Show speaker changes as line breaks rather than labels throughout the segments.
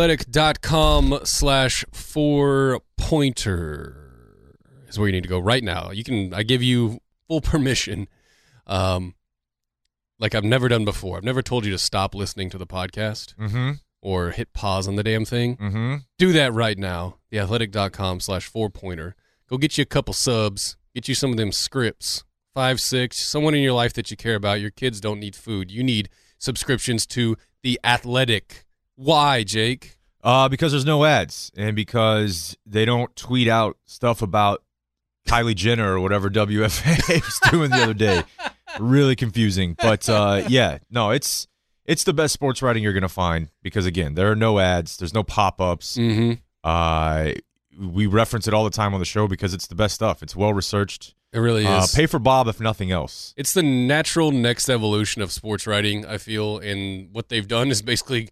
Theathletic.com slash four pointer is where you need to go right now. You can, I give you full permission. Um, like I've never done before. I've never told you to stop listening to the podcast
Mm-hmm.
or hit pause on the damn thing.
Mm-hmm.
Do that right now. Theathletic.com slash four pointer. Go get you a couple subs. Get you some of them scripts. Five, six, someone in your life that you care about. Your kids don't need food. You need subscriptions to The Athletic. Why, Jake?
Uh, because there's no ads, and because they don't tweet out stuff about Kylie Jenner or whatever WFA was doing the other day. Really confusing, but uh, yeah, no, it's it's the best sports writing you're gonna find because again, there are no ads, there's no pop ups.
Mm-hmm.
Uh, we reference it all the time on the show because it's the best stuff. It's well researched.
It really is.
Uh, pay for Bob if nothing else.
it's the natural next evolution of sports writing, I feel. And what they've done is basically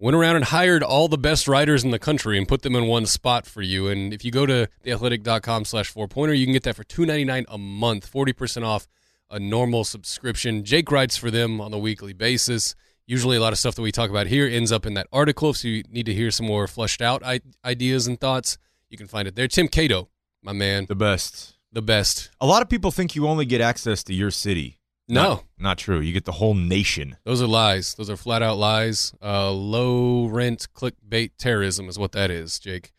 went around and hired all the best writers in the country and put them in one spot for you. And if you go to theathletic.com slash four pointer, you can get that for two ninety nine a month, forty percent off a normal subscription. Jake writes for them on a weekly basis. Usually a lot of stuff that we talk about here ends up in that article. If you need to hear some more fleshed out I- ideas and thoughts, you can find it there. Tim Cato, my man,
The best.
the best.
A lot of people think you only get access to your city.
No.
Not- not true. You get the whole nation.
Those are lies. Those are flat out lies. Uh, low rent clickbait terrorism is what that is, Jake.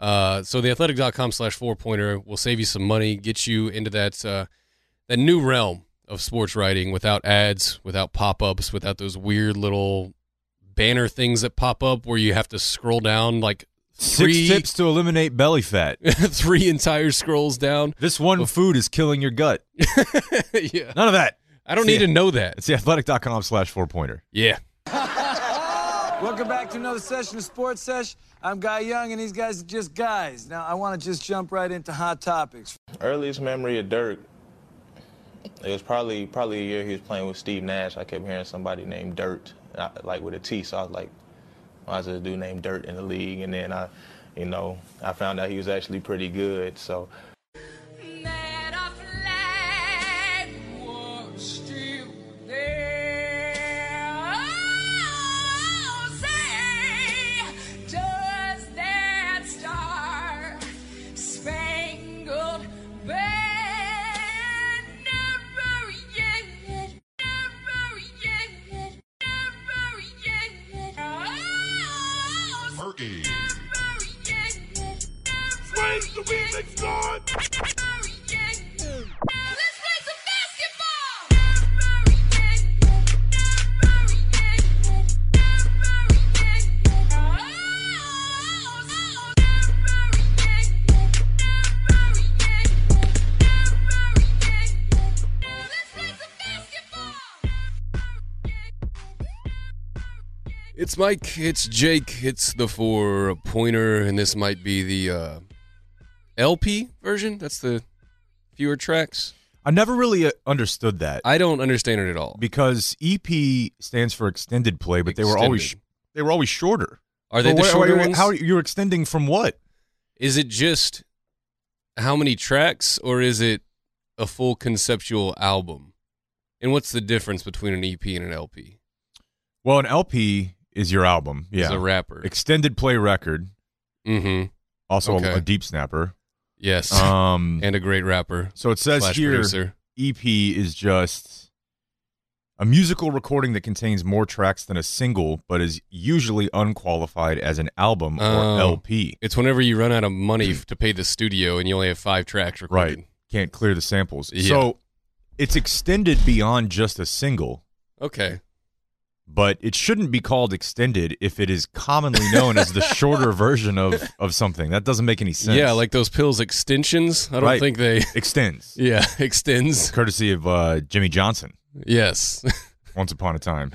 Uh, so theathletic.com slash four pointer will save you some money, get you into that uh, that new realm of sports writing without ads, without pop ups, without those weird little banner things that pop up where you have to scroll down like three
Six tips to eliminate belly fat.
three entire scrolls down.
This one food is killing your gut.
yeah,
None of that.
I don't need to know that.
It's the athletic.com slash four pointer.
Yeah,
Welcome back to another session of Sports Sesh. I'm Guy Young, and these guys are just guys. Now, I want to just jump right into hot topics.
Earliest memory of Dirk, it was probably probably a year he was playing with Steve Nash. I kept hearing somebody named Dirt, and I- like with a T. So I was like, why is this dude named Dirt in the league? And then I, you know, I found out he was actually pretty good. So
that a flag was still there. Oh, say, does that star spangled banner yet, never yet, never yet, oh,
Murky.
never yet, never
Praise the remix, Lord.
Let's play some basketball!
It's Mike, it's Jake, it's the four pointer, and this might be the uh, LP version. That's the fewer tracks.
I never really uh, understood that
I don't understand it at all.
because EP stands for extended play, but they were always sh-
Extended.
they were always shorter.
Are they
But
the
wh- wh-
shorter
wh-
ones?
How you're extending from what?
is it just how many tracks, or is it a full conceptual album? And what's the difference between an EP and an LP?
Well, an LP is your album. Yeah,
As a rapper.
extended play record.
mm-hmm.
Also a-
Okay.
a, deep snapper.
Yes.
Um,
and a great rapper.
so it says
slash
here.
producer.
EP E is just a musical recording that contains more tracks than a single, but is usually unqualified as an album
Oh.
or LP.
It's whenever you run out of money f- to pay the studio and you only have five tracks recorded.
Right. Can't clear the samples.
Yeah.
So it's extended beyond just a single,
Okay.
but it shouldn't be called extended if it is commonly known as the shorter version of, of something. That doesn't make any sense.
Yeah, like those pills extensions. I don't
Right.
think they.
extends.
Yeah, extends.
Courtesy of uh, Jimmy Johnson,
Yes,
once upon a time.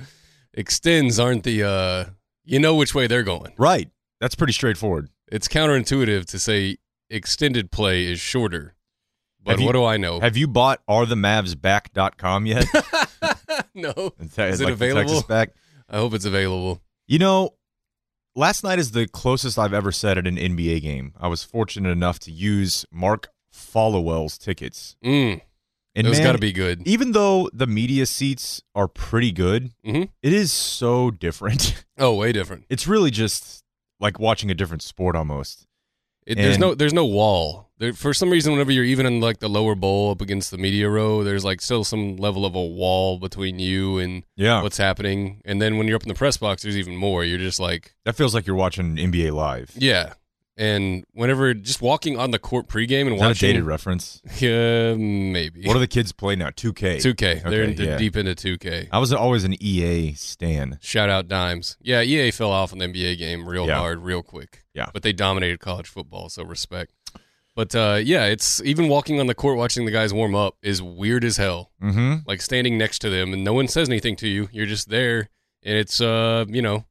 extends aren't the. uh You know which way they're going.
Right. That's pretty straightforward.
It's counterintuitive to say extended play is shorter, but
Have you-
what do I know?
Have you bought arethemavsback.com yet?
no,
And te-
is it
like the
available?
Texas back.
I hope it's available.
You know, last night is the closest I've ever sat at an NBA game. I was fortunate enough to use Mark Followell's tickets.
Mm,
And
Those
man,
got to be good.
Even though the media seats are pretty good,
Mhm.
it is so different.
Oh, way different.
It's really just like watching a different sport almost.
It, there's
And-
no there's no wall. There, for some reason, whenever you're even in like the lower bowl up against the media row, there's like still some level of a wall between you and
Yeah.
what's happening. And then when you're up in the press box, there's even more. You're just like,
That feels like you're watching NBA live.
yeah. And whenever just walking on the court pregame and
Is that a dated
watching,
reference?
yeah, maybe
What do the kids play now? 2K.
2K. they're
Okay,
they're
yeah.
deep into 2K.
I was always an EA stan.
Shout out Dimes. Yeah, EA fell off in the NBA game real
Yeah.
hard, real quick.
Yeah.
But they dominated college football, so respect. But uh, yeah, it's even walking on the court watching the guys warm up is weird as hell.
Mm-hmm.
Like standing next to them and no one says anything to you. You're just there and it's uh, you know,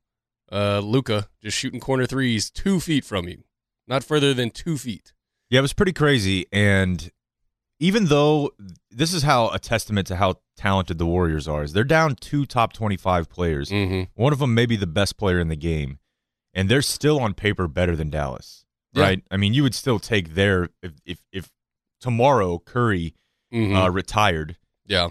uh Luca just shooting corner threes two feet from you. Not further than two feet.
Yeah, it was pretty crazy. And even though this is how a testament to how talented the Warriors are, is they're down two top 25 players.
Mm-hmm.
One of them may be the best player in the game, and they're still on paper better than Dallas,
Yeah.
right? I mean, you would still take their if if, if tomorrow Curry
Mm-hmm.
uh, retired,
yeah.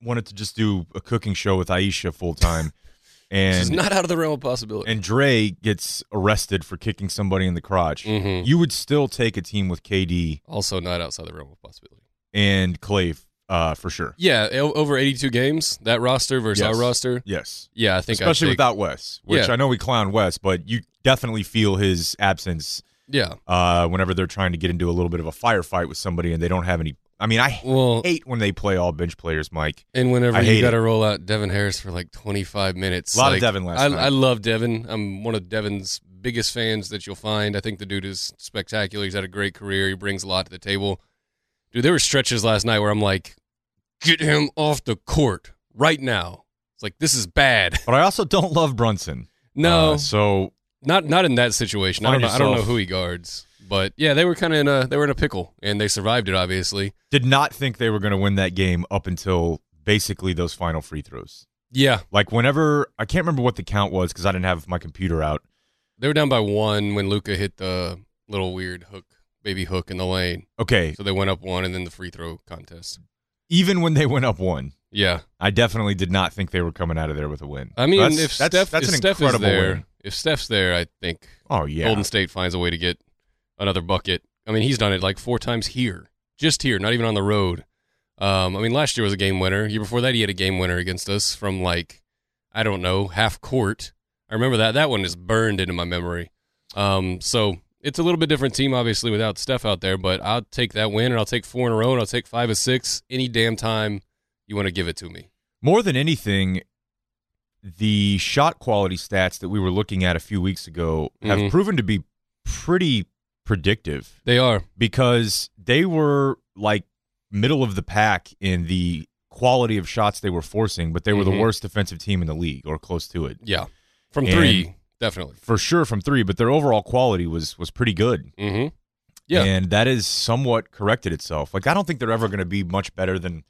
wanted to just do a cooking show with Aisha full time,
This is
and
not out of the realm of possibility.
and Dre gets arrested for kicking somebody in the crotch,
Mhm.
you would still take a team with KD
also not outside the realm of possibility.
and Clay uh, for sure.
Yeah, o- over 82 games, that roster versus
Yes.
our roster.
Yes.
Yeah, I think I'd
Especially
take-
without Wes, which
Yeah.
I know we clown Wes, but you definitely feel his absence
Yeah.
uh, whenever they're trying to get into a little bit of a firefight with somebody and they don't have any. I mean, I
Well,
hate when they play all bench players, Mike.
and whenever
I
you
hate
got to roll out Devin Harris for like 25 minutes.
Lot of
like,
Devin last
I,
night.
I love Devin. I'm one of Devin's biggest fans that you'll find. I think the dude is spectacular. He's had a great career. He brings a lot to the table. Dude, there were stretches last night where I'm like, get him off the court right now. It's like, this is bad.
But I also don't love Brunson.
No,
Uh, so
not not in that situation. I don't,
Find
know, I don't know
yourself-
who he guards, but yeah, they were kind of in a they were in a pickle and they survived it. Obviously,
did not think they were going to win that game up until basically those final free throws.
yeah,
Like whenever I can't remember what the count was because I didn't have my computer out.
They were down by one when Luca hit the little weird hook, baby hook in the lane.
Okay,
So they went up one and then the free throw contest.
even when they went up one,
Yeah.
I definitely did not think they were coming out of there with a win.
I mean,
That's-
if
that's,
Steph,
that's
if
an
Steph is
incredible
there,
win.
if Steph's there, I think
Oh yeah,
Golden State finds a way to get another bucket. I mean, he's done it like four times here, just here, not even on the road. Um, I mean, last year was a game winner. Year before that, he had a game winner against us from like, I don't know, half court. I remember that. That one is burned into my memory. Um, so it's a little bit different team, obviously, without Steph out there. But I'll take that win, and I'll take four in a row, and I'll take five or six any damn time you want to give it to me.
More than anything, the shot quality stats that we were looking at a few weeks ago have
Mhm.
proven to be pretty predictive
They are.
because they were like middle of the pack in the quality of shots they were forcing, but they were
Mhm.
the worst defensive team in the league or close to it.
Yeah. From
And-
three, definitely.
For sure from 3, but their overall quality was was pretty good.
Mm-hmm. Yeah.
And that is somewhat corrected itself. Like I don't think they're ever going to be much better than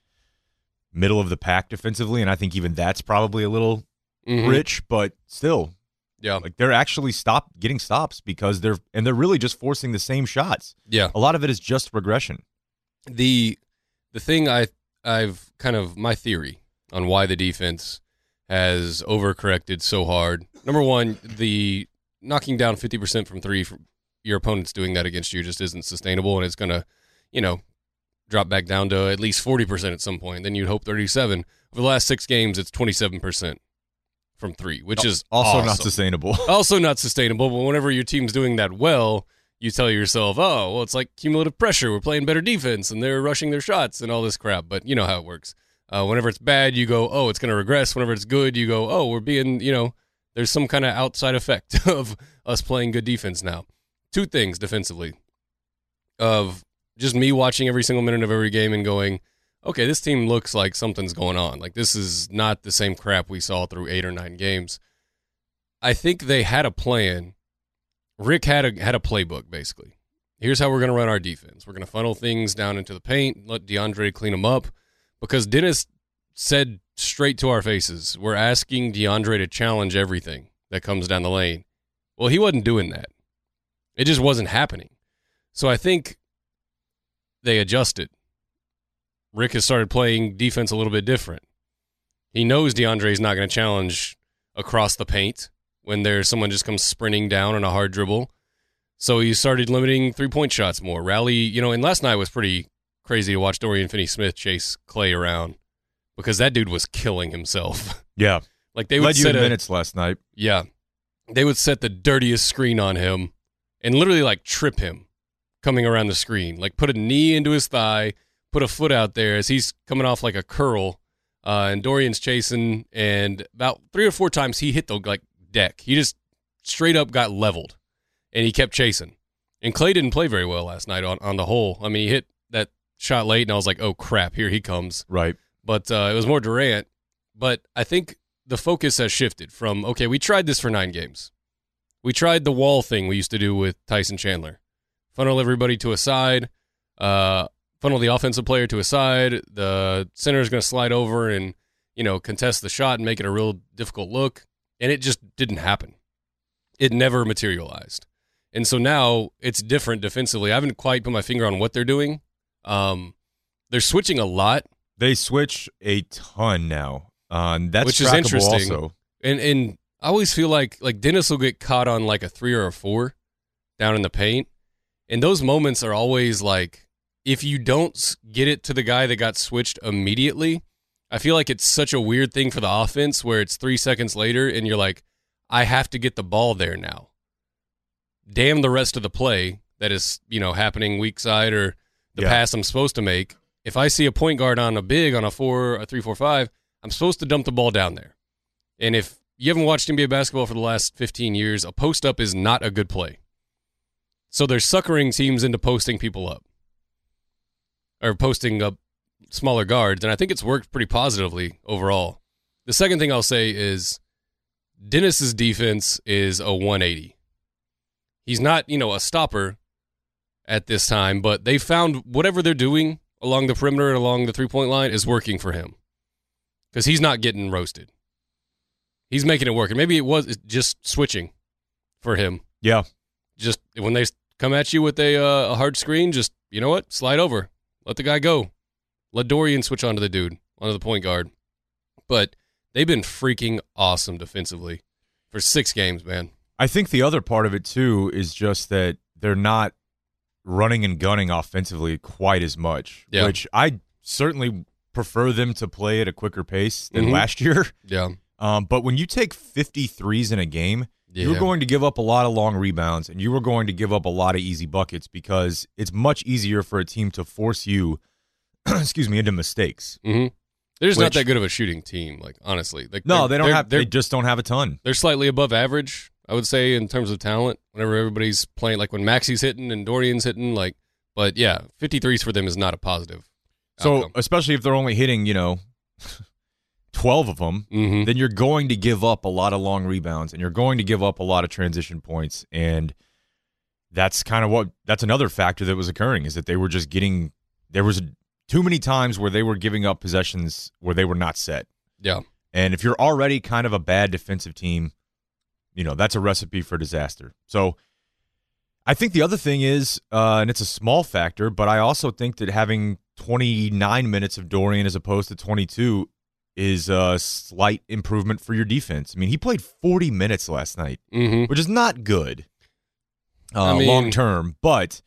middle of the pack defensively and I think even that's probably a little
hmm
rich, but still,
Yeah.
like they're actually stop getting stops because they're and they're really just forcing the same shots.
yeah.
A lot of it is just regression.
the the thing I I've kind of my theory on why the defense has overcorrected so hard. Number one, the knocking down fifty percent from three, from your opponent's doing that against you just isn't sustainable, and it's gonna, you know, drop back down to at least forty percent at some point. Then you'd hope thirty-seven. Over the last six games, it's twenty-seven percent from three, which is
Also
awesome
not sustainable.
also not sustainable. But whenever your team's doing that well, you tell yourself, "Oh, well, it's like cumulative pressure. We're playing better defense, and they're rushing their shots and all this crap." But you know how it works. Uh, whenever it's bad, you go, "Oh, it's going to regress." Whenever it's good, you go, "Oh, we're being, you know, there's some kind of outside effect of us playing good defense now." Two things defensively, of just me watching every single minute of every game and going. Okay, this team looks like something's going on. Like this is not the same crap we saw through 8 or 9 games. I think they had a plan. Rick had a had a playbook basically. Here's how we're going to run our defense. We're going to funnel things down into the paint, let DeAndre clean them up because Dennis said straight to our faces, we're asking DeAndre to challenge everything that comes down the lane. Well, he wasn't doing that. It just wasn't happening. So I think they adjusted Rick has started playing defense a little bit different. He knows DeAndre's not going to challenge across the paint when there's someone just comes sprinting down on a hard dribble. So he started limiting three point shots more. Rally, you know, and last night was pretty crazy to watch Dorian Finney Smith chase Clay around because that dude was killing himself.
Yeah,
like they would
led you
set
in
a,
minutes last night.
yeah. They would set the dirtiest screen on him and literally like trip him coming around the screen. Like put a knee into his thigh, put a foot out there as he's coming off like a curl. Uh, and Dorian's chasing, and about three or four times he hit the like deck. He just straight up got leveled, and he kept chasing. And Clay didn't play very well last night on, on the whole. I mean, he hit that shot late, and I was like, "Oh crap, here he comes."
Right.
but uh, it was more Durant. But I think the focus has shifted from okay, we tried this for nine games. We tried the wall thing we used to do with Tyson Chandler, funnel everybody to a side, uh, funnel the offensive player to a side. The center is going to slide over and you know contest the shot and make it a real difficult look. And it just didn't happen. It never materialized. And so now it's different defensively. I haven't quite put my finger on what they're doing. Um, they're switching a lot,
They switch a ton now. Um, that's
Which is
trackable
interesting.
Also.
And and I always feel like like Dennis will get caught on like a three or a four down in the paint, and those moments are always like if you don't s- get it to the guy that got switched immediately, I feel like it's such a weird thing for the offense where it's three seconds later and you're like, I have to get the ball there now. Damn the rest of the play that is you know happening weak side or the
Yeah.
pass I'm supposed to make. If I see a point guard on a big on a four a three four five, I'm supposed to dump the ball down there. And if you haven't watched NBA basketball for the last 15 years, a post up is not a good play. So they're suckering teams into posting people up or posting up smaller guards. And I think it's worked pretty positively overall. The second thing I'll say is Dennis's defense is a 180. He's not, you know, a stopper at this time, but they found whatever they're doing along the perimeter and along the three point line is working for him because he's not getting roasted. He's making it work. And maybe it was just switching for him.
Yeah.
Just when they come at you with a, uh, a hard screen, just, you know what? Slide over. Let the guy go. Let Dorian switch onto the dude, onto the point guard. But they've been freaking awesome defensively for six games, man.
I think the other part of it too is just that they're not running and gunning offensively quite as much,
Yeah.
which I certainly prefer them to play at a quicker pace than
Mhm.
last year.
Yeah.
Um, but when you take 53s in a game,
yeah.
you're going to give up a lot of long rebounds and you were going to give up a lot of easy buckets because it's much easier for a team to force you, excuse me, into mistakes.
hmm They're just not
Which-
that good of a shooting team, like, honestly. Like,
No,
they're-
they don't
they're-
have.
They're
They just don't have a ton.
they're slightly above average, I would say, in terms of talent. Whenever everybody's playing, like when Maxi's hitting and Dorian's hitting, like, but yeah, 53s for them is not a positive.
So
outcome.
especially if they're only hitting, you know, twelve of them,
Mhm.
then you're going to give up a lot of long rebounds and you're going to give up a lot of transition points and that's kind of what that's another factor that was occurring is that they were just getting there was too many times where they were giving up possessions where they were not set
yeah,
and if you're already kind of a bad defensive team you know that's a recipe for disaster so i think the other thing is uh, and it's a small factor but i also think that having 29 minutes of dorian as opposed to 22 is a slight improvement for your defense. I mean, he played 40 minutes last night,
hmm
which is not good
I
uh,
mean-
long term, but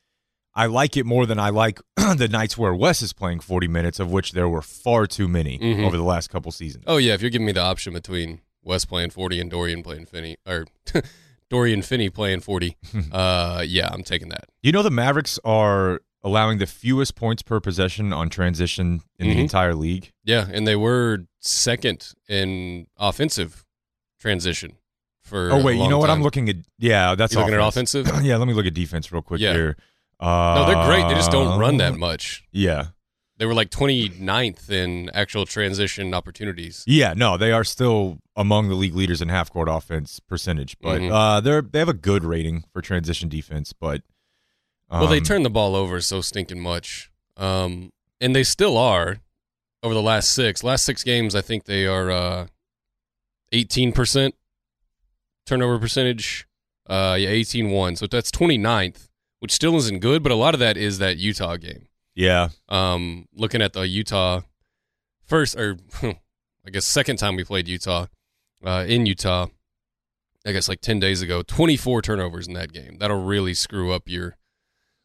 I like it more than I like the nights where Wes is playing 40 minutes, of which there were far too many
Mhm.
over the last couple seasons.
Oh yeah, if you're giving me the option between West playing 40 and Dorian playing Finney, or Dorian Finney playing 40, uh, yeah, I'm taking that.
You know, the Mavericks are allowing the fewest points per possession on transition in
Mhm.
the entire league.
Yeah, and they were second in offensive transition for.
oh,
a
wait, you
long
know what?
time.
I'm looking at. Yeah, that's
You looking at
offense.
offensive.
yeah, let me look at defense real quick
Yeah.
here.
No, they're great. They just don't run that
Uh,
much.
Yeah.
They were like 29th in actual transition opportunities.
Yeah, no, they are still among the league leaders in half court offense percentage, but
Mhm.
uh, they're they have a good rating for transition defense. But um,
well, they turned the ball over so stinking much. Um, and they still are over the last six. Last six games, I think they are uh, 18% turnover percentage. Uh, yeah, 18 1. So that's 29th, which still isn't good, but a lot of that is that Utah game.
Yeah.
um, looking at the Utah first or I guess second time we played Utah uh, in Utah, I guess like ten days ago, twenty four turnovers in that game. That'll really screw up your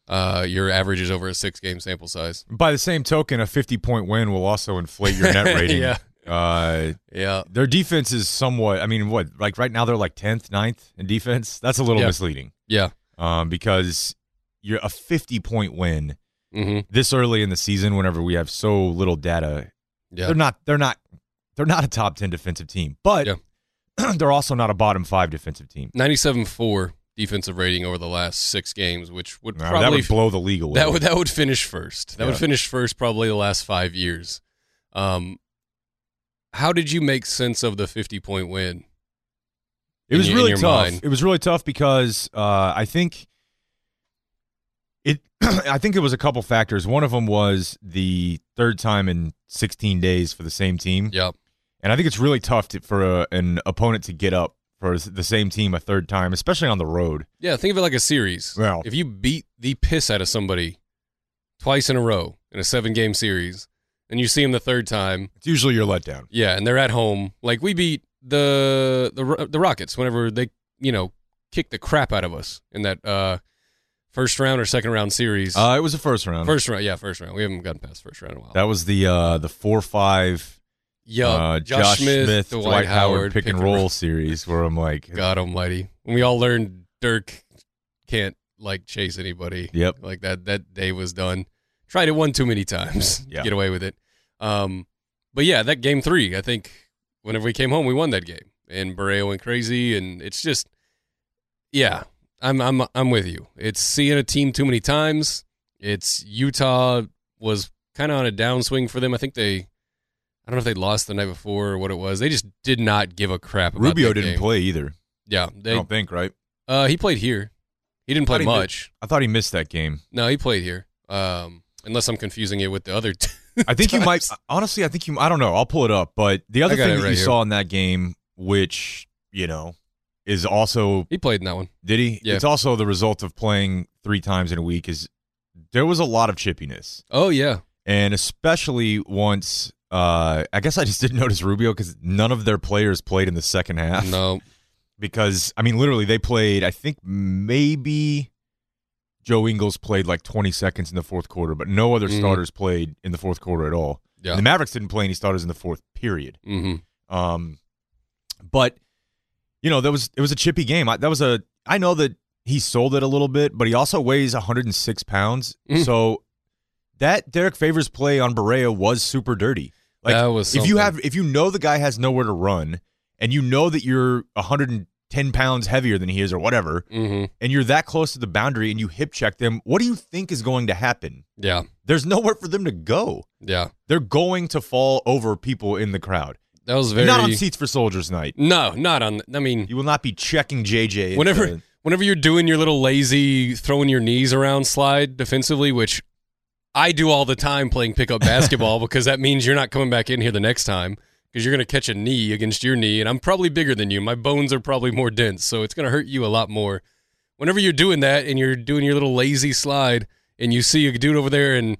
uh, your averages over a six game sample size.
By the same token, a 50 point win will also inflate your net rating.
Yeah.
Uh,
Yeah,
their defense is somewhat, I mean, what, like right now they're like 10th, 9th in defense? That's a little
Yeah.
misleading
yeah,
um, because you're a 50 point win
hmm
this early in the season whenever we have so little data.
yeah,
They're not, they're not, they're not a top 10 defensive team, but
Yeah.
they're also not a bottom five defensive team.
ninety seven four defensive rating over the last six games, which would
Uh,
probably
that would blow the league away.
That would that would finish first. That would
Yeah.
finish first probably the last five years. Um, how did you make sense of the fifty point win?
It
in
was
your- in
really
your
tough.
mind.
It was really tough because uh, I think it. I think it was a couple factors. One of them was the third time in 16 days for the same team,
Yep.
and I think it's really tough to, for a, an opponent to get up for the same team a third time, especially on the road.
Yeah, think of it like a series.
Well-
if you beat the piss out of somebody twice in a row in a seven game series, and you see them the third time,
It's usually your letdown.
yeah, and they're at home. Like we beat the the Ro- the Rockets whenever they you know kicked the crap out of us in that uh, first round or second round series.
Uh, it was the first round.
first round, yeah, first round. We haven't gotten past first round in a while.
That was the uh, the four five
Yeah,
uh,
Josh, Smith, Dwight, Howard,
pick, and roll series where I'm like,
God Almighty! When we all learned Dirk can't like chase anybody.
Yep.
like that. That day was done. Tried it one too many times.
Yeah.
get away with it. Um, but yeah, that game three. I think whenever we came home, we won that game, and Barea went crazy, and it's just, yeah, I'm I'm I'm with you. It's seeing a team too many times. It's Utah was kind of on a downswing for them. I think they. I don't know if they lost the night before or what it was. They just did not give a crap. About
Rubio
that
didn't
game.
play either.
Yeah,
I
they
don't think right.
uh, he played here. He didn't play
How'd he do?
much.
I thought he missed that game.
No, he played here. Um, unless I'm confusing it with the other. T-
I think you might uh, honestly. I think you. I don't know. I'll pull it up. But the other
I got
thing
it
that
right
you
here.
saw in that game, which you know, is also
he played in that one.
did he?
Yeah.
It's also the result of playing three times in a week. Is there was a lot of chippiness,
Oh yeah,
and especially once. Uh, I guess I just didn't notice Rubio because none of their players played in the second half.
no,
Because I mean, literally, they played. I think maybe Joe Ingles played like 20 seconds in the fourth quarter, but no other
Mhm.
starters played in the fourth quarter at all.
yeah,
The Mavericks didn't play any starters in the fourth period.
hmm
Um, but you know, that was it was a chippy game. I, that was a I know that he sold it a little bit, but he also weighs 106 pounds.
Mm.
So that Derek Favors play on Berea was super dirty. Like
That was
if
something.
you have if you know the guy has nowhere to run and you know that you're 110 pounds heavier than he is or whatever,
hmm
and you're that close to the boundary and you hip check them, what do you think is going to happen?
yeah,
There's nowhere for them to go
yeah.
they're going to fall over people in the crowd.
That was very
Not on seats for soldiers night.
no, not on. I mean,
You will not be checking JJ. into-
whenever whenever you're doing your little lazy throwing your knees around slide defensively, which I do all the time playing pickup basketball because that means you're not coming back in here the next time because you're going to catch a knee against your knee and I'm probably bigger than you. My bones are probably more dense, so it's going to hurt you a lot more. Whenever you're doing that and you're doing your little lazy slide and you see a dude over there in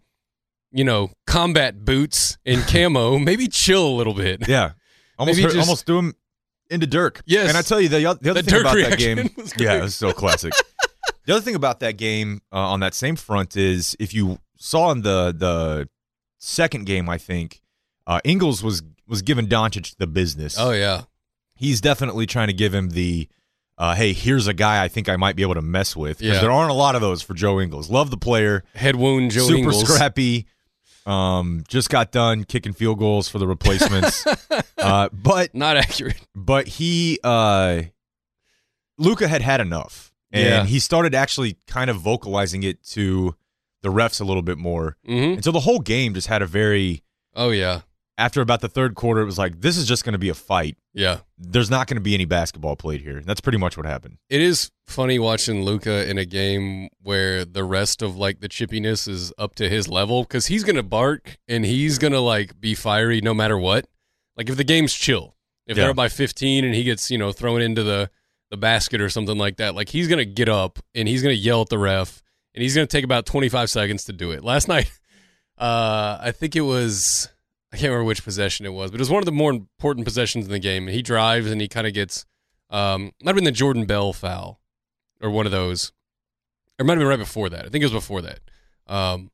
you know, combat boots and camo, maybe chill a little bit.
yeah, almost
Maybe
hurt,
just-
almost threw him into Dirk.
Yes.
and I tell you the, oth- the other
The
thing
Dirk
about that
reaction
game.
was
yeah,
great.
it was so classic. the other thing about that game uh, on that same front is if you saw in the the second game, I think uh, Ingles was was giving Doncic the business.
Oh yeah.
he's definitely trying to give him the uh, hey, here's a guy I think I might be able to mess with because
Yeah.
there aren't a lot of those for Joe Ingles. Love the player,
Head wound Joe
super
Ingles.
scrappy. Um, just got done kicking field goals for the replacements. uh, but
Not accurate.
but he uh, Luca had had enough, and
Yeah.
he started actually kind of vocalizing it to the refs a little bit more,
hmm
and so the whole game just had a very.
Oh yeah.
After about the third quarter, it was like this is just going to be a fight.
Yeah.
There's not going to be any basketball played here. That's pretty much what happened.
it is funny watching Luca in a game where the rest of like the chippiness is up to his level because he's gonna bark and he's gonna like be fiery no matter what. Like if the game's chill, if
Yeah.
they're up by 15 and he gets you know thrown into the the basket or something like that, like he's gonna get up and he's gonna yell at the ref and he's gonna take about 25 seconds to do it. Last night, Uh, I think it was I can't remember which possession it was, but it was one of the more important possessions in the game. And he drives and he kind of gets um, might have been the Jordan Bell foul or one of those, or it might have been right before that. I think it was before that. Um,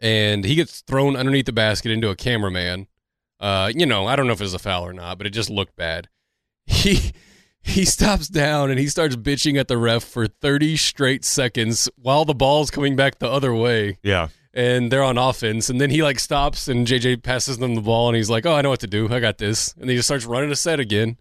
and he gets thrown underneath the basket into a cameraman. Uh, you know, I don't know if it was a foul or not, but it just looked bad. He he stops down and he starts bitching at the ref for 30 straight seconds while the ball's coming back the other way
Yeah.
and they're on offense. And then he like stops and JJ passes them the ball and he's like, "Oh, I know what to do. I got this." And he just starts running a set again.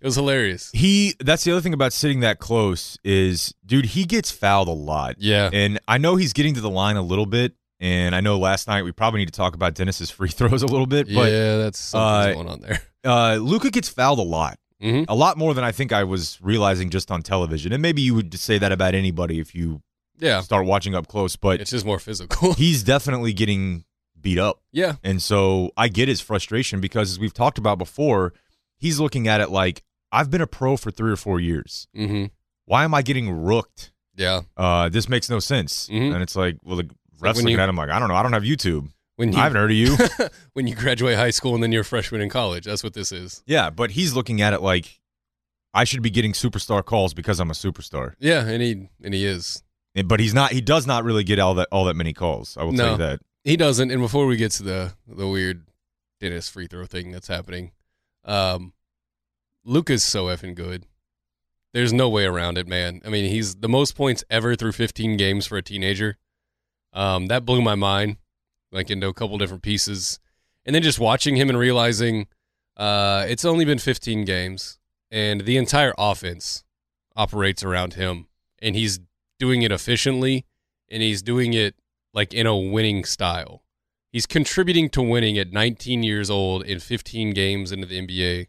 It was hilarious.
He that's the other thing about sitting that close is dude, he gets fouled a lot.
Yeah.
And I know he's getting to the line a little bit. And I know last night we probably need to talk about Dennis's free throws a little bit, but
yeah, that's something's
uh,
going on there.
uh, Luca gets fouled a lot,
Mhm.
a lot more than I think I was realizing just on television. And maybe you would say that about anybody if you
Yeah,
start watching up close, but
it's just more physical.
he's definitely getting beat up.
yeah,
And so I get his frustration because, as we've talked about before, he's looking at it like, I've been a pro for three or four years.
hmm
Why am I getting rooked?
yeah.
Uh, this makes no sense.
Mhm.
And it's like, well, the
like
ref's
when
looking
you-
at him like, I don't know. I don't have YouTube.
When you
I haven't heard of you.
when you graduate high school and then you're a freshman in college, that's what this is.
yeah. But he's looking at it like, I should be getting superstar calls because I'm a superstar.
Yeah, and he and he is.
And- But he's not. He does not really get all that all that many calls. I will tell
No.
you that.
He doesn't. And before we get to the the weird Dennis free throw thing that's happening, um, Luca's so effing good. There's no way around it, man. I mean, he's the most points ever through 15 games for a teenager. Um, that blew my mind, like into a couple different pieces, and then just watching him and realizing uh, it's only been 15 games, and the entire offense operates around him, and he's doing it efficiently, and he's doing it like in a winning style. He's contributing to winning at 19 years old in 15 games into the NBA,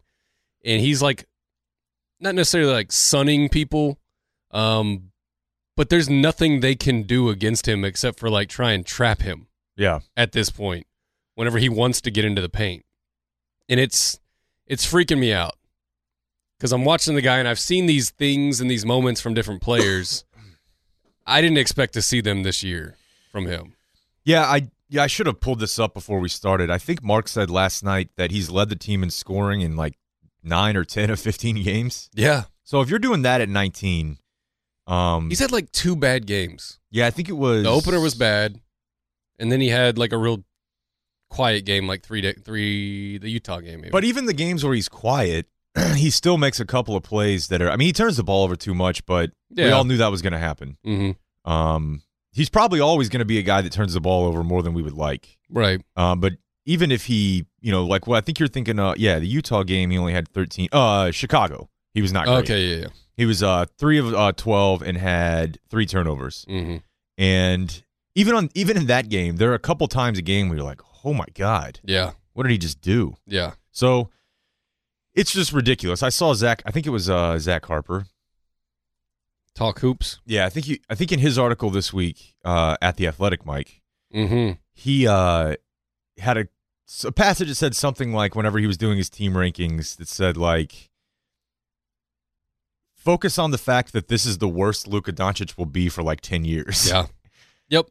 and he's like not necessarily like sunning people, um, but there's nothing they can do against him except for like try and trap him
Yeah.
at this point whenever he wants to get into the paint and it's it's freaking me out because i'm watching the guy and i've seen these things and these moments from different players i didn't expect to see them this year from him
Yeah, I yeah, I should have pulled this up before we started. I think Mark said last night that he's led the team in scoring in like 9 or 10 of 15 games.
yeah
So if you're doing that at 19, um
he's had like two bad games
yeah, I think it was
the opener was bad and then he had like a real quiet game like three day, three the utah game maybe.
But even the games where he's quiet, he still makes a couple of plays that are I mean, he turns the ball over too much, but we
Yeah.
all knew that was going to happen.
hmm
Um he's probably always going to be a guy that turns the ball over more than we would like.
right
Um, but even if he, you know, like, well, I think you're thinking, uh, yeah, the Utah game, he only had 13. Uh, Chicago, he was not great.
okay yeah
He was uh three of uh twelve and had three turnovers.
yeah hmm
And even on even in that game, there are a couple times a game where you're like, oh my god,
yeah
what did he just do?
yeah
So it's just ridiculous. I saw Zach. I think it was uh Zach Harper.
talk hoops
Yeah, I think he. I think in his article this week uh at the Athletic, Mike,
hmm
he uh had a, a passage that said something like whenever he was doing his team rankings that said like focus on the fact that this is the worst Luka Doncic will be for like 10 years.
yeah yep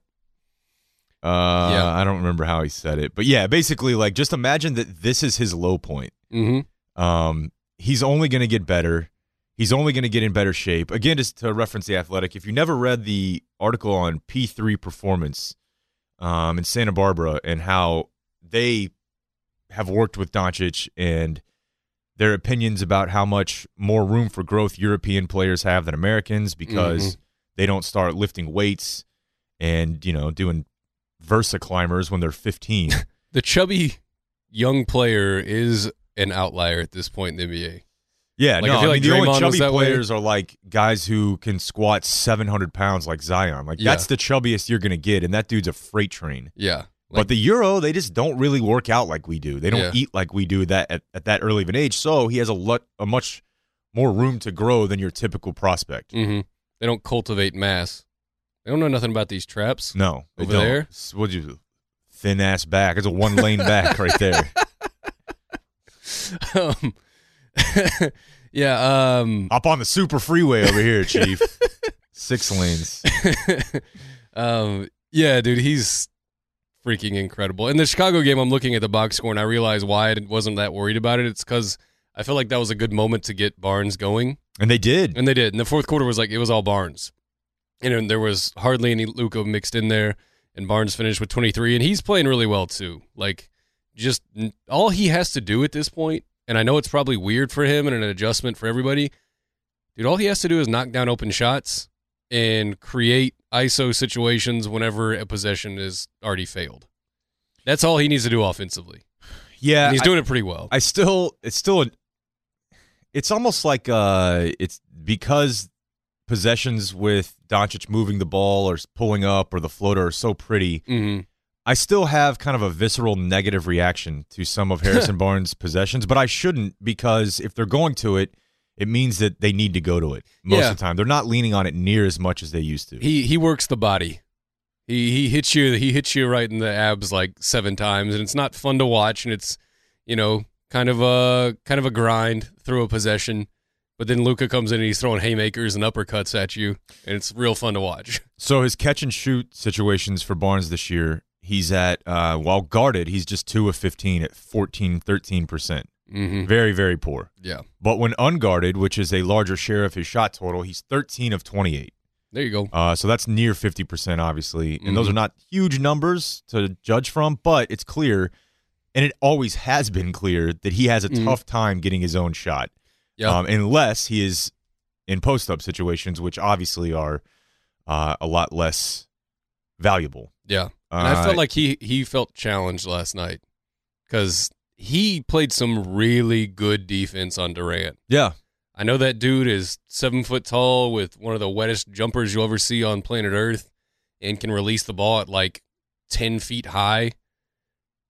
Uh
Yeah.
I don't remember how he said it. But yeah, basically like just imagine that this is his low point.
hmm
Um he's only going to get better. He's only going to get in better shape. Again just to reference the Athletic, if you never read the article on P3 performance um in Santa Barbara and how they have worked with Doncic and their opinions about how much more room for growth European players have than Americans because they don't start lifting weights and you know doing versa climbers when they're 15.
the chubby young player is an outlier at this point in the NBA.
yeah,
Like,
no,
I feel
I mean,
like
the
Draymond
only
was
chubby
that way.
players are like guys who can squat 700 pounds like Zion. Like
Yeah.
that's the chubbiest you're gonna get, and that dude's a freight train.
Yeah.
but the Euro, they just don't really work out like we do. They don't
Yeah.
eat like we do that at, at that early of an age. So he has a lot, a much more room to grow than your typical prospect.
hmm They don't cultivate mass. They don't know nothing about these traps.
No, they
Over
don't.
there?
S- what'd you do? Thin ass back. It's a one lane back right there.
um, yeah. Um,
Up on the super freeway over here, Chief. Six lanes.
um, yeah, dude, he's freaking incredible. In the Chicago game, I'm looking at the box score and I realize why I wasn't that worried about it. It's because I felt like that was a good moment to get Barnes going,
And they did.
and they did. And the fourth quarter was like it was all Barnes, and then there was hardly any Luca mixed in there. And Barnes finished with 23, and he's playing really well too. Like just n- all he has to do at this point, and I know it's probably weird for him and an adjustment for everybody. Dude, all he has to do is knock down open shots and create ISO situations whenever a possession is already failed. That's all he needs to do offensively.
Yeah,
And he's
I-
doing it pretty well.
I still, it's still, an, it's almost like uh, it's because possessions with Doncic moving the ball or s- pulling up or the floater are so pretty.
hmm
I still have kind of a visceral negative reaction to some of Harrison Barnes' possessions, but I shouldn't because if they're going to it, it means that they need to go to it most
Yeah.
of the time. They're not leaning on it near as much as they used to.
He he works the body. He he hits you he hits you right in the abs like seven times, and it's not fun to watch. And it's you know kind of a kind of a grind through a possession. But then Luca comes in and he's throwing haymakers and uppercuts at you, and it's real fun to watch.
So his catch and shoot situations for Barnes this year, he's at uh, while guarded, he's just two of fifteen at 14, 13 percent.
Mm-hmm.
Very, very poor.
Yeah,
But when unguarded, which is a larger share of his shot total, he's thirteen of twenty eight.
there you go.
Uh, so that's near fifty percent, obviously. And
Mm-hmm.
those are not huge numbers to judge from, but it's clear, and it always has been clear that he has a
Mhm.
tough time getting his own shot
Yeah,
um, unless he is in post up situations, which obviously are uh, a lot less valuable.
yeah. And I
Uh,
felt like he he felt challenged last night because he played some really good defense on Durant.
yeah,
I know that dude is seven foot tall with one of the wettest jumpers you'll ever see on planet Earth and can release the ball at like 10 feet high.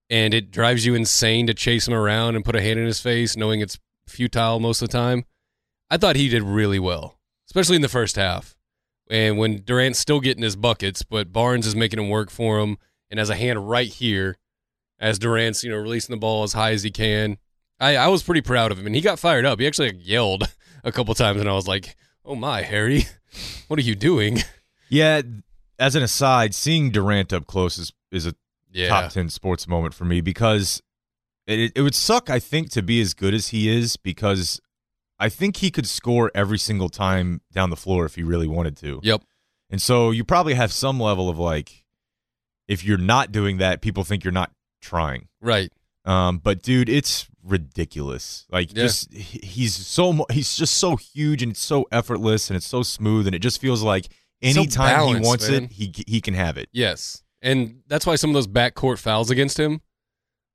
And it drives you insane to chase him around and put a hand in his face, knowing it's futile most of the time. I thought he did really well, especially in the first half. And when Durant's still getting his buckets, but Barnes is making him work for him and has a hand right here as Durant's, you know, releasing the ball as high as he can. I, I was pretty proud of him, and he got fired up. He actually like, yelled a couple times, and I was like, "Oh my, Harry, what are you doing?"
yeah. As an aside, seeing Durant up close is is a
Yeah,
top ten sports moment for me because it it would suck, I think, to be as good as he is because I think he could score every single time down the floor if he really wanted to.
yep,
And so you probably have some level of like, if you're not doing that, people think you're not trying.
right.
Um, but dude, it's ridiculous. Like
Yeah.
just he- he's so mu- he's just so huge and it's so effortless and it's so smooth and it just feels like
So
anytime
balanced,
he wants
man.
it, he he can have it.
Yes, and that's why some of those backcourt fouls against him,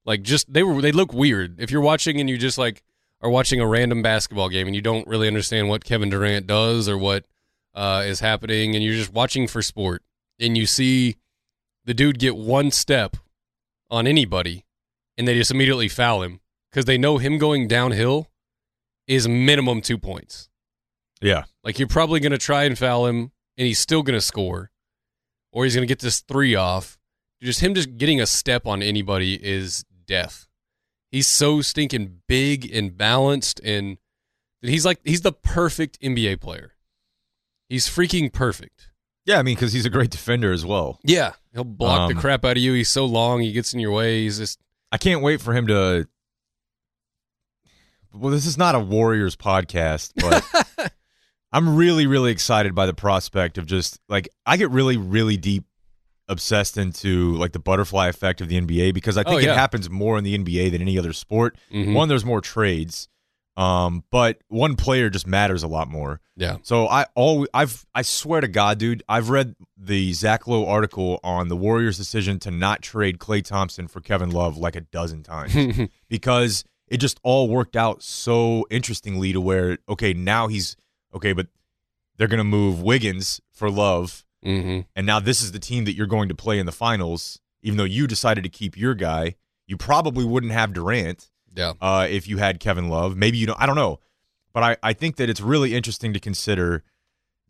like just they were they look weird. If you're watching and you just like are watching a random basketball game and you don't really understand what Kevin Durant does or what uh, is happening, and you're just watching for sport, and you see the dude get one step on anybody, and they just immediately foul him because they know him going downhill is minimum two points.
Yeah.
Like you're probably going to try and foul him, and he's still going to score, or he's going to get this three off. Just him just getting a step on anybody is death. He's so stinking big and balanced, and he's like he's the perfect NBA player. He's freaking perfect.
Yeah, I mean, because he's a great defender as well.
Yeah, he'll block the
Um,
crap out of you. He's so long, he gets in your way. He's just
I can't wait for him to. Well, this is not a Warriors podcast, but I'm really, really excited by the prospect of just like I get really, really deep obsessed into like the butterfly effect of the NBA because I
Oh,
think
yeah.
it happens more in the NBA than any other sport.
Mhm.
One, there's more trades, um, but one player just matters a lot more.
yeah,
So I always, I've, I swear to God, dude, I've read the Zach Lowe article on the Warriors' decision to not trade Clay Thompson for Kevin Love like a dozen times
Mm-hmm.
because it just all worked out so interestingly to where okay, now he's okay, but they're gonna move Wiggins for Love,
hmm
and now this is the team that you're going to play in the finals, even though you decided to keep your guy. You probably wouldn't have Durant
yeah,
uh, if you had Kevin Love. Maybe you don't. I don't know. But I, I think that it's really interesting to consider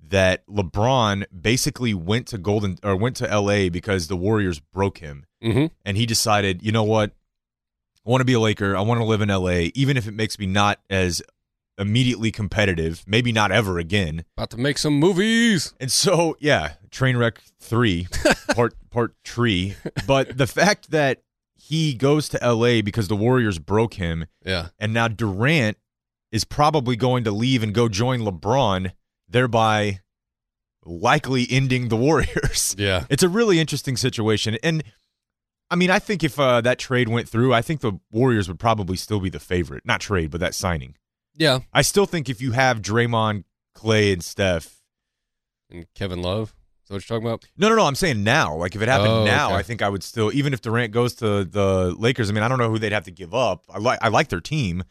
that LeBron basically went to Golden or went to LA because the Warriors broke him.
hmm
And he decided, you know what? I want to be a Laker. I want to live in LA, even if it makes me not as immediately competitive, maybe not ever again.
about to make some movies.
And so, yeah, Trainwreck 3, part part tree, but the fact that he goes to LA because the Warriors broke him,
Yeah.
and now Durant is probably going to leave and go join LeBron, thereby likely ending the Warriors.
Yeah.
It's a really interesting situation, and I mean, I think if uh, that trade went through, I think the Warriors would probably still be the favorite. Not trade, but that signing.
Yeah.
I still think if you have Draymond, Clay, and Steph.
And Kevin Love. Is that what you're talking about?
No, no, no. I'm saying now. Like if it happened
Oh,
now,
okay.
I think I would still, even if Durant goes to the Lakers. I mean, I don't know who they'd have to give up. I like, I like their team,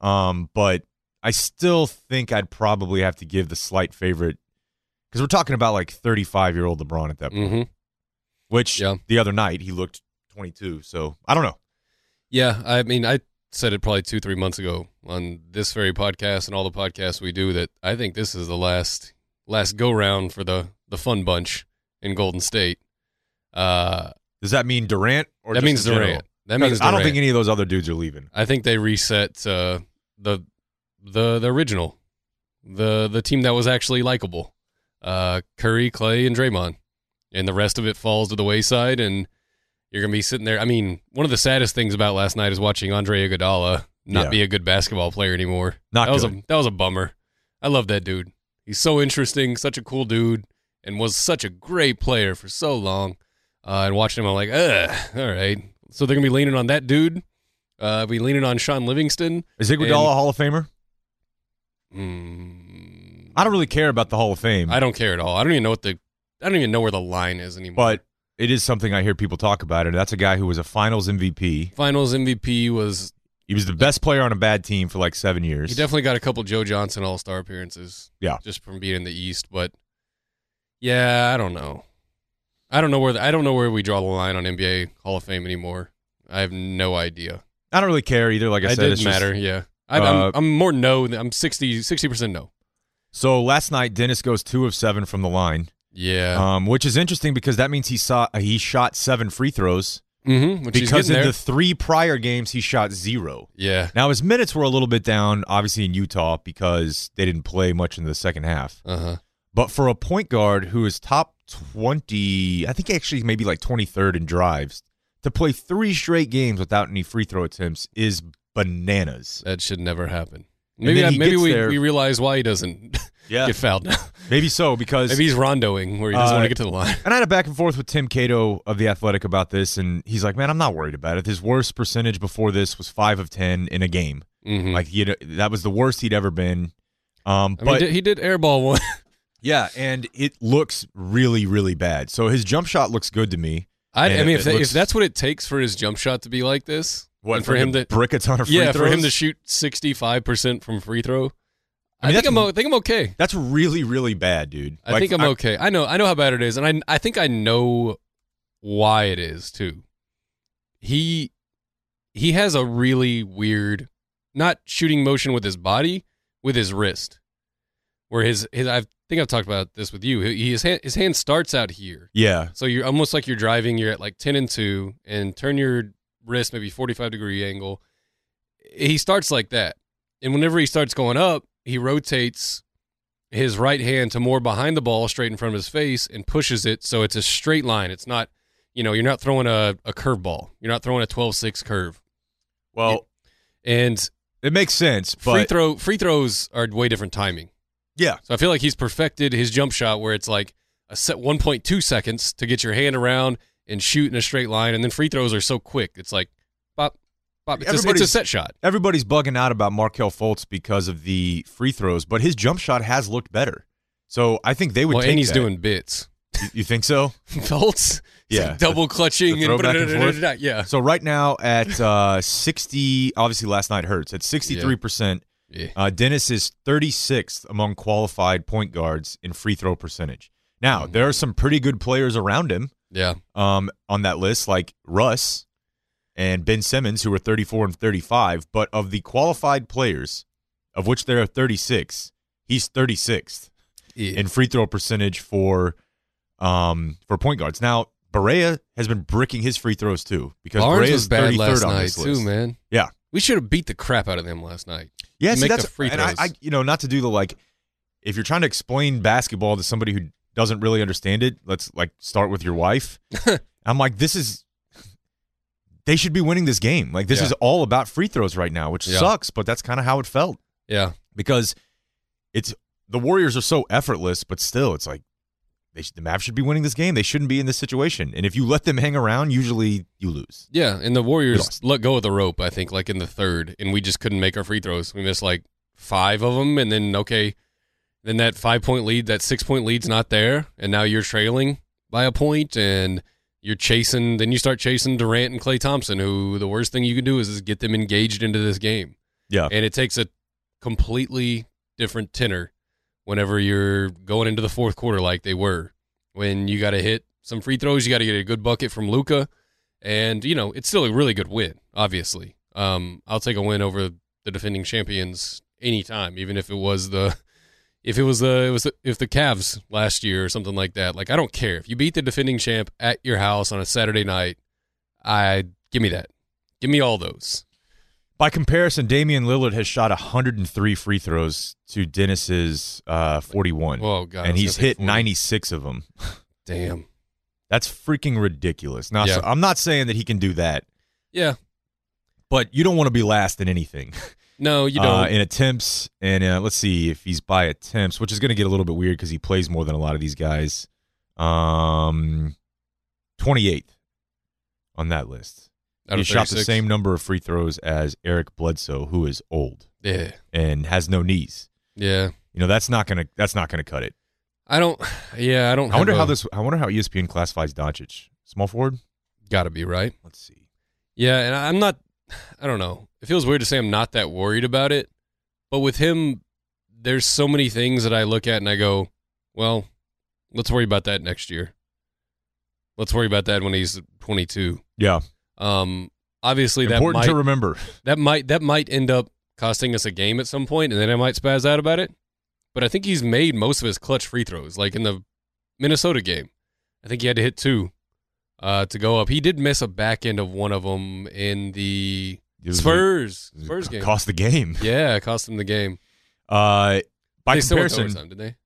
um, but I still think I'd probably have to give the slight favorite because we're talking about like 35 year old LeBron at that point.
Mm-hmm.
Which
Yeah.
the other night he looked 22. So I don't know.
Yeah, I mean, I said it probably two, three months ago on this very podcast and all the podcasts we do that I think this is the last last go round for the the fun bunch in Golden State. Uh,
Does that mean Durant or
that
just
means
in general?
Durant. That means
'Cause I don't think
Durant.
any of those other dudes are leaving.
I think they reset uh, the the the original, the the team that was actually likable, uh, Curry, Clay, and Draymond, and the rest of it falls to the wayside. And you're gonna be sitting there. I mean, one of the saddest things about last night is watching Andre Iguodala not
Yeah.
be a good basketball player anymore.
Not
that was
good.
a that was a bummer. I love that dude. He's so interesting, such a cool dude, and was such a great player for so long. Uh, and watching him, I'm like, ugh, all right. So they're gonna be leaning on that dude. Uh, we leaning on Sean Livingston.
Is Iguodala
And-
a Hall of Famer?
Mm,
I don't really care about the Hall of Fame.
I don't care at all. I don't even know what the I don't even know where the line is anymore.
but it is something I hear people talk about. And that's a guy who was a Finals MVP.
Finals MVP was
He was the best player on a bad team for like seven years.
he definitely got a couple Joe Johnson All Star appearances.
Yeah.
just from being in the East. But yeah, I don't know. I don't know where the, I don't know where we draw the line on NBA Hall of Fame anymore. I have no idea.
I don't really care either. Like I
it
said, it's
didn't
just-
matter. yeah, I,
uh,
I'm I'm more no. than- I'm 60 percent no.
so last night, Dennis goes two of seven from the line,
Yeah,
um, which is interesting because that means he saw he shot seven free throws
mm-hmm, which he's
because
getting
in
there.
the three prior games he shot zero.
yeah,
Now his minutes were a little bit down, obviously in Utah because they didn't play much in the second half.
uh huh.
But for a point guard who is top 20, I think actually maybe like 23rd in drives, to play three straight games without any free throw attempts is bananas.
That should never happen.
And
Maybe
then
that,
he
maybe
gets
we,
there-
we realize why he doesn't
Yeah.
get fouled now.
Maybe so because
Maybe he's rondoing where he doesn't
Uh,
want to get to the line.
and I had a back and forth with Tim Cato of the Athletic about this and he's like, "Man, I'm not worried about it. His worst percentage before this was 5 of 10 in a game.
Mhm.
Like he had, that was the worst he'd ever been." Um
I mean,
but
he did airball one.
yeah, and it looks really really bad. So his jump shot looks good to me.
I, I
And
mean, if,
it- it
that-
looks-
if that's what it takes for his jump shot to be like this,
What
and for him to
brick a ton of free
yeah,
throws?
for him to shoot sixty five percent from free throw, I,
mean,
think
that's-
I'm o- I think I'm okay.
That's really, really bad, dude.
I
Like,
think I'm okay. I know I know how bad it is, and I I think I know why it is too. He he has a really weird not shooting motion with his body, with his wrist, where his his I think I've talked about this with you. He, his hand, his hand starts out here,
Yeah,
so you're almost like you're driving. You're at like ten and two, and turn your wrist maybe forty five degree angle. He starts like that, and whenever he starts going up, he rotates his right hand to more behind the ball, straight in front of his face, and pushes it so it's a straight line. It's not, you know, you're not throwing a a curveball. You're not throwing a 12-6 curve.
well,
And
it, makes sense, but
free throw free throws are way different timing.
yeah,
So I feel like he's perfected his jump shot where it's like a set 1.2 seconds to get your hand around and shoot in a straight line, and then free throws are so quick. It's like pop, pop. It's, a, it's a
Everybody's-
set shot.
everybody's bugging out about Markel Fultz because of the free throws, but his jump shot has looked better. So I think they would.
Well,
take
and he's
that.
doing bits.
You, you think so?
Bolts. It's like
Yeah.
double clutching
The
and,
throw back and forth?
yeah,
So right now at uh, sixty, obviously last night hurts at sixty-three percent.
yeah.
Uh, Dennis is 36th among qualified point guards in free throw percentage. Now
Mm-hmm.
there are some pretty good players around him.
yeah.
um, on that list, like Russ and Ben Simmons, who were 34 and 35. But of the qualified players, of which there are 36, he's 36th
Yeah.
in free throw percentage for um, for point guards. Now, Barea has been bricking his free throws too because
Barnes
Barea
was
is
bad
33rd
last
on
night
this list.
too, man.
Yeah.
we should have beat the crap out of them last night.
Yeah,
You
see,
make the
that's
free
and I,
throws.
I, you know, not to do the like, if you're trying to explain basketball to somebody who doesn't really understand it. Let's like start with your wife. I'm like, this is they should be winning this game. Like this
Yeah.
is all about free throws right now, which
Yeah.
sucks, but that's kind of how it felt
Yeah.
because it's the Warriors are so effortless, but still, it's like they sh- the Mavs should be winning this game. They shouldn't be in this situation. And if you let them hang around, usually you lose.
Yeah. And the Warriors
lost.
let go of the rope, I think, like in the third, and we just couldn't make our free throws. We missed like five of them. And then, okay, then that five point lead, that six point lead's not there. And now you're trailing by a point and you're chasing. Then you start chasing Durant and Clay Thompson, who the worst thing you can do is, is get them engaged into this game.
Yeah,
and it takes a completely different tenor whenever you're going into the fourth quarter like they were when you got to hit some free throws you got to get a good bucket from luca and you know it's still a really good win obviously um, i'll take a win over the defending champions anytime even if it was the if it was the it was the, if the Cavs last year or something like that like i don't care if you beat the defending champ at your house on a saturday night i give me that give me all those
By comparison, Damian Lillard has shot 103 free throws to Dennis's uh, 41.
Oh, God, I
And
was
he's
gonna say
hit
40.
96 of them.
damn
That's freaking ridiculous. Now,
Yeah.
so- I'm not saying that he can do that,
yeah
but you don't want to be last in anything.
No, you don't.
Uh, in attempts, and uh, let's see if he's by attempts, which is going to get a little bit weird because he plays more than a lot of these guys. Um, 28th on that list.
Out
he
of
shot the
36.
same number of free throws as Eric Bledsoe, who is old
Yeah,
and has no knees.
yeah.
you know that's not gonna that's not gonna cut it.
I don't. Yeah, I don't.
I wonder
have
how
a-
this. I wonder how E ESPN classifies Doncic. Small forward.
gotta be right.
Let's see.
Yeah, and I'm not. I don't know. It feels weird to say I'm not that worried about it, but with him, there's so many things that I look at and I go, "Well, let's worry about that next year. Let's worry about that when he's 22."
Yeah,
Um, obviously that
important
might
to remember.
that might that might end up costing us a game at some point, and then I might spaz out about it. But I think he's made most of his clutch free throws, like in the Minnesota game. I think he had to hit two uh, to go up. He did miss a back end of one of them in the
It was-
Spurs
it
Spurs game.
cost the game.
Yeah, it cost him the game.
Uh, by
they still went to
comparison,
overtime, did they?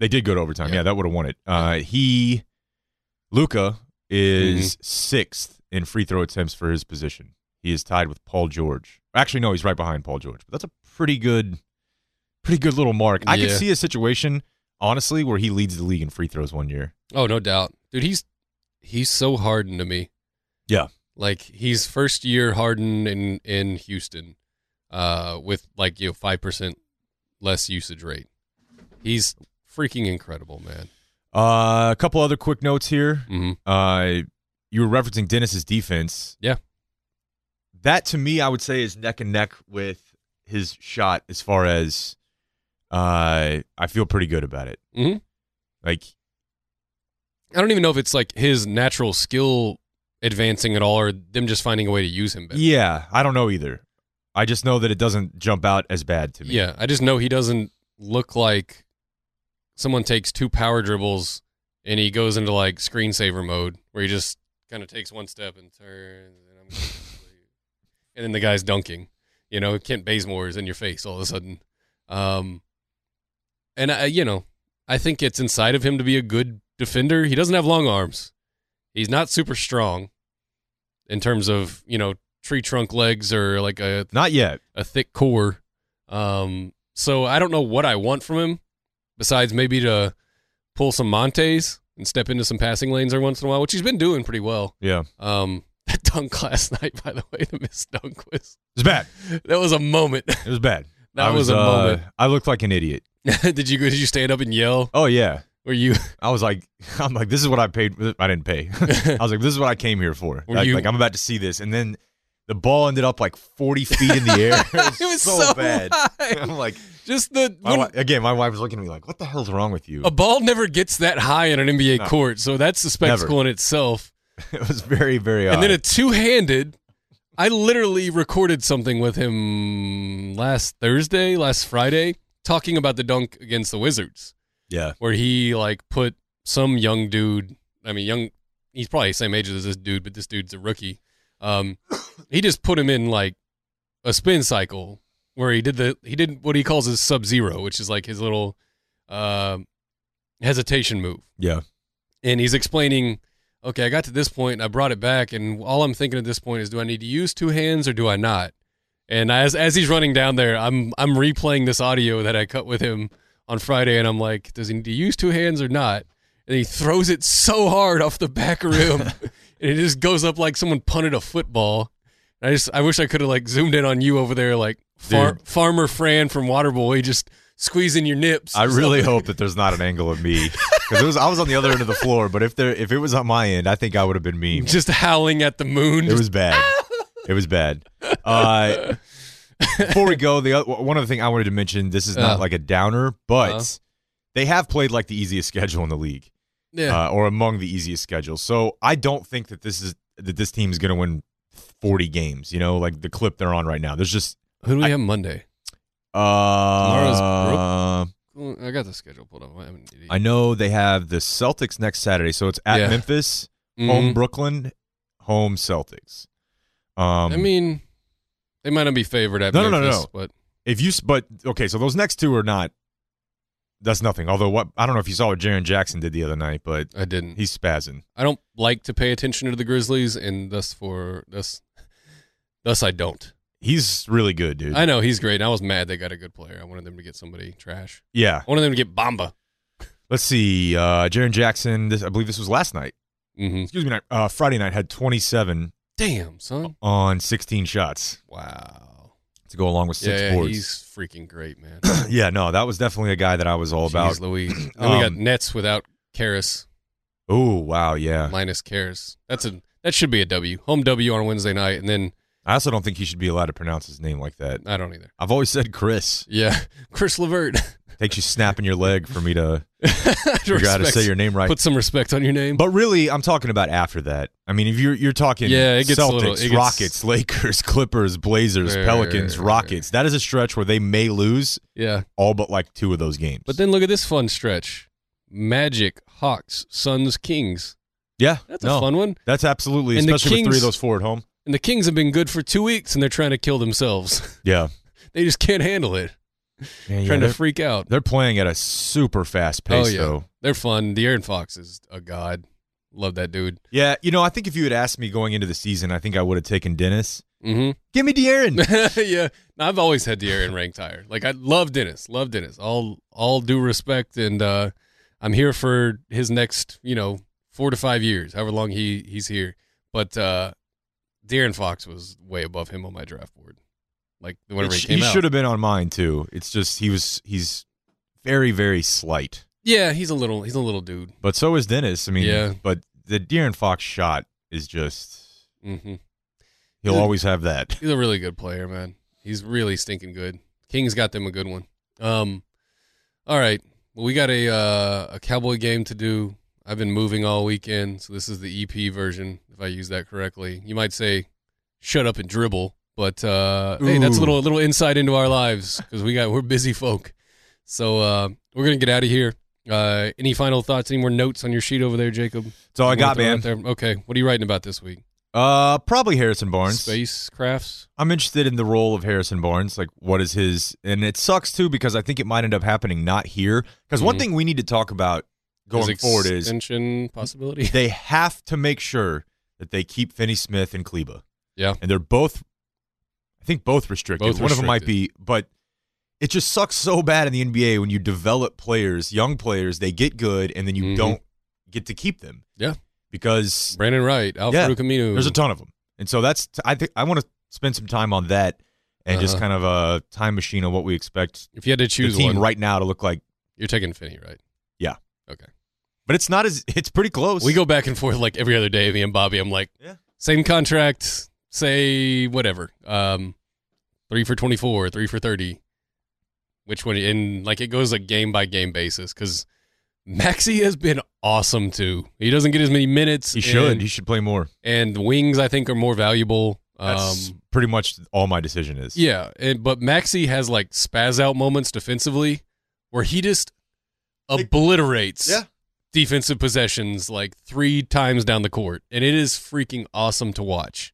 they did go to overtime.
Yeah.
Yeah, that would have won it. Uh, he, Luca is
Mm-hmm.
sixth in free throw attempts for his position. He is tied with Paul George. Actually, no, he's right behind Paul George. But that's a pretty good, pretty good little mark. I could
Yeah.
see a situation honestly where he leads the league in free throws one year.
Oh, no doubt, dude. He's he's so hardened to me.
Yeah.
Like he's first year Harden in in Houston, uh, with like you know five percent less usage rate. He's freaking incredible, man.
Uh, a couple other quick notes here.
hmm
Uh, you were referencing Dennis's defense.
Yeah.
That to me, I would say, is neck and neck with his shot as far as uh, I feel pretty good about it.
hmm
Like,
I don't even know if it's like his natural skill advancing at all, or them just finding a way to use him better.
yeah, I don't know either. I just know that it doesn't jump out as bad to me.
Yeah, I just know he doesn't look like someone takes two power dribbles and he goes into like screensaver mode where he just kind of takes one step and turns and I'm gonna kill you. and then the guy's dunking. You know, Kent Bazemore is in your face all of a sudden. Um and I you know, I think it's inside of him to be a good defender. He doesn't have long arms. He's not super strong in terms of, you know, tree trunk legs or like a
Not yet.
a thick core. Um, so I don't know what I want from him besides maybe to pull some Montes and step into some passing lanes every once in a while, which he's been doing pretty well.
Yeah.
Um, that dunk last night, by the way, the missed dunk was
It was bad.
that was a moment.
It was bad.
That
I
was, a
uh,
moment.
I looked like an idiot.
did you did you stand up and yell?
Oh, yeah.
Were you
I was like, I'm like, this is what I paid. I didn't pay. I was like, this is what I came here for.
Were
Like,
you-
like, I'm about to see this, and then the ball ended up like 40 feet in the air.
It was so
bad.
high.
I'm like,
just the
my
when-
wi- again, my wife was looking at me like, what the hell's wrong with you?
a ball never gets that high in an NBA
No.
court, so that's the spectacle in itself.
it was very, very odd.
and then a two-handed i literally recorded something with him last thursday last friday talking about the dunk against the wizards
yeah,
where he like put some young dude i mean young he's probably the same age as this dude but this dude's a rookie um he just put him in like a spin cycle where he did the he did what he calls his sub zero which is like his little um hesitation move.
Yeah.
and he's explaining okay i got to this point and i brought it back and all i'm thinking at this point is do i need to use two hands or do i not and as as he's running down there i'm i'm replaying this audio that i cut with him on friday and i'm like does he need to use two hands or not and he throws it so hard off the back rim and it just goes up like someone punted a football and i just i wish i could have like zoomed in on you over there like far, farmer fran from waterboy just squeezing your nips
I really hope that there's not an angle of me because it was I was on the other end of the floor. But if there if it was on my end, I think I would have been mean.
just howling at the moon
It was bad. It was bad. Uh, before we go, the oth- one other thing I wanted to mention. This is not
Uh.
like a downer, but
Uh-huh.
they have played like the easiest schedule in the league,
yeah
uh, or among the easiest schedules. So I don't think that this is that this team is going to win 40 games. You know, like the clip they're on right now. There's just
Who do we have Monday?
uh,
Well, I got the schedule pulled up. I'm an idiot.
I know they have the Celtics next Saturday, so it's at
Yeah.
Memphis,
Mhm.
home Brooklyn, home Celtics. Um,
I mean, they might not be favored at
No, no, no,
Memphis,
no.
but
If you, s- but okay, so those next two are not. That's nothing. Although what I don't know if you saw what Jaron Jackson did the other night, but
I didn't.
he's spazzing.
I don't like to pay attention to the Grizzlies, and thus for thus, thus I don't.
He's really good, dude.
I know he's great. And I was mad they got a good player. I wanted them to get somebody trash.
yeah.
I wanted them to get Bamba.
Let's see. Uh, Jaron Jackson. This I believe this was last night.
hmm
Excuse me. not- Uh, Friday night had 27
Damn
Oh,
son!
on 16 shots
Wow.
to go along with six
yeah, yeah,
boards.
he's freaking great, man.
yeah. No, that was definitely a guy that I was all
Jeez
about.
Louise. Then we got
Um,
Nets without Karras.
Oh wow. Yeah.
minus cares. That's a that should be a W. Home W on Wednesday night, and then
I also don't think he should be allowed to pronounce his name like that.
I don't either.
I've always said Chris.
Yeah, Chris Levert.
Takes you snapping your leg for me to figure out how to
Respect.
say your name right.
Put some respect on your name.
But really, I'm talking about after that. I mean, if you're you're talking
Yeah, it gets a
Celtics,
little- it gets-
Rockets, Lakers, Clippers, Blazers,
Right,
Pelicans,
right, right,
Rockets. That is a stretch where they may lose
yeah,
all but like two of those games.
but then look at this fun stretch: Magic, Hawks, Suns, Kings.
yeah,
That's
no,
a fun one.
That's absolutely,
And the
especially with three of
Kings-
those four at home.
And the Kings have been good for two weeks, and they're trying to kill themselves.
Yeah,
they just can't handle it.
Yeah, yeah,
trying to
they're,
freak out.
they're playing at a super fast pace
oh yeah,
though.
they're fun. The Aaron Fox is a god. Love that dude.
Yeah, you know, I think if you had asked me going into the season, I think I would have taken Dennis.
Mm-hmm.
Give me De'Aaron.
yeah, No, I've always had De'Aaron ranked higher. Like I love Dennis, love Dennis. All all due respect, and uh, I'm here for his next, you know, four to five years, however long he he's here. But uh, De'Aaron Fox was way above him on my draft board. Like whenever
Which
he came out,
should have been on mine too. It's just he was he's very very slight,
yeah, he's a little he's a little dude.
but so is Dennis. I mean,
Yeah.
But the De'Aaron Fox shot is just
hmm
he'll
Dude.
always have that.
He's a really good player, man. He's really stinking good. King's got them a good one. Um, all right. Well, we got a uh, a cowboy game to do. I've been moving all weekend, so this is the EP version, if I use that correctly. You might say, "Shut up and dribble," but uh, hey, that's a
Ooh.
little a little insight into our lives because we got we're busy folk. So uh, we're gonna get out of here. Uh, any final thoughts? Any more notes on your sheet over there, Jacob?
That's all I
You wanna
got,
throw out
man.
there? Okay, what are you writing about this week?
Uh, probably Harrison Barnes.
Space crafts.
I'm interested in the role of Harrison Barnes. Like, what is his? And it sucks too because I think it might end up happening not here. Because one
Mhm.
thing we need to talk about going
His
forward is
extension possibility.
they have to make sure that they keep Finney Smith and Kleba.
Yeah.
And they're both, I think both restricted.
Both
One of them might be, but it just sucks so bad in the NBA when you develop players, young players, they get good, and then you
Mhm.
don't get to keep them.
Yeah.
Because
Brandon Wright, Al
Yeah.
Farouk Aminu.
there's a ton of them. And so that's, I think, I want to spend some time on that and just
Uh-huh.
kind of a time machine on what we expect
If you had to choose
the team
one,
right now to look like.
you're taking Finney, right?
Yeah.
Okay.
But it's not as, it's pretty close.
We go back and forth like every other day, me and Bobby. I'm like,
Yeah.
same contract, say whatever. Um, three for 24, three for 30. Which one? And like it goes a game by game basis because Maxi has been awesome too. He doesn't get as many minutes.
He should.
And,
He should play more.
and the wings, I think, are more valuable.
That's
um,
pretty much all my decision is.
Yeah, and, but Maxi has like spaz out moments defensively where he just obliterates
Yeah.
defensive possessions like three times down the court. And it is freaking awesome to watch.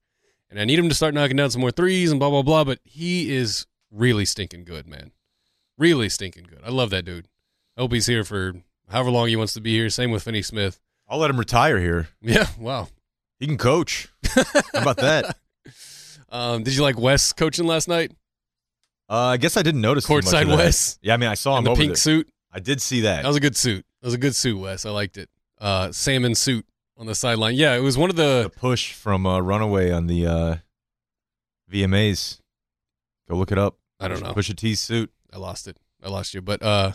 And I need him to start knocking down some more threes and blah, blah, blah. But he is really stinking good, man. Really stinking good. I love that dude. I hope he's here for however long he wants to be here. Same with Finney Smith.
I'll let him retire here.
Yeah, wow.
He can coach. How about that?
Um, did you like Wes coaching last night?
Uh, I guess I didn't notice. too much of
Courtside
that.
Wes.
Yeah, I mean, I saw
In
him
the
Oh, over
pink
there.
suit.
I did see that.
That was a good suit. That was a good suit, Wes. I liked it. Uh, salmon suit on the sideline. Yeah, it was one of
the
the.
push from uh, Runaway on the uh, VMAs. Go look it up.
I don't know.
Push a T suit.
I lost it. I lost you. But uh,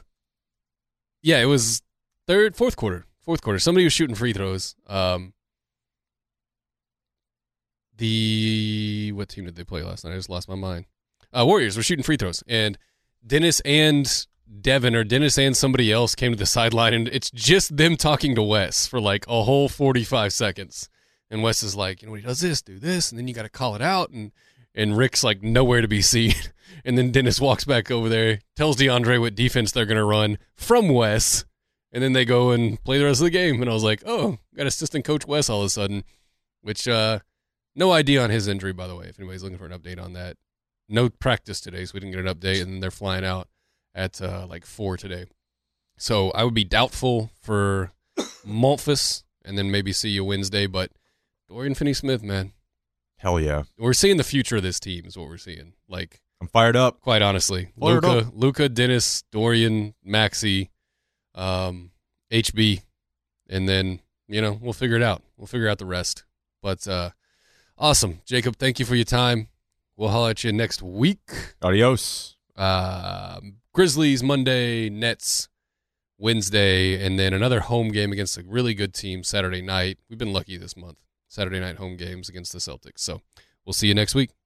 yeah, it was third, fourth quarter, fourth quarter. Somebody was shooting free throws. Um, the what team did they play last night? I just lost my mind. Uh, Warriors were shooting free throws, and Dennis and Devin, or Dennis and somebody else, came to the sideline, and it's just them talking to Wes for like a whole forty-five seconds. And Wes is like, you know, he does this, do this, and then you got to call it out, and and Rick's like nowhere to be seen. And then Dennis walks back over there, tells DeAndre what defense they're going to run from Wes, and then they go and play the rest of the game. And I was like, oh, got assistant coach Wes all of a sudden, which uh, no idea on his injury, by the way, if anybody's looking for an update on that. No practice today, so we didn't get an update, and they're flying out at uh, like four today. So I would be doubtful for Maltfus, and then maybe see you Wednesday. But Dorian Finney-Smith, man,
Hell yeah.
we're seeing the future of this team is what we're seeing. Like
I'm fired up.
quite honestly.
Fired
Luca, Luca, Dennis, Dorian, Maxi, um, HB, and then you know we'll figure it out. We'll figure out the rest. But uh, awesome, Jacob. Thank you for your time. We'll holler at you next week.
Adios.
Uh, Grizzlies Monday, Nets Wednesday, and then another home game against a really good team Saturday night. We've been lucky this month. Saturday night home games against the Celtics. So we'll see you next week.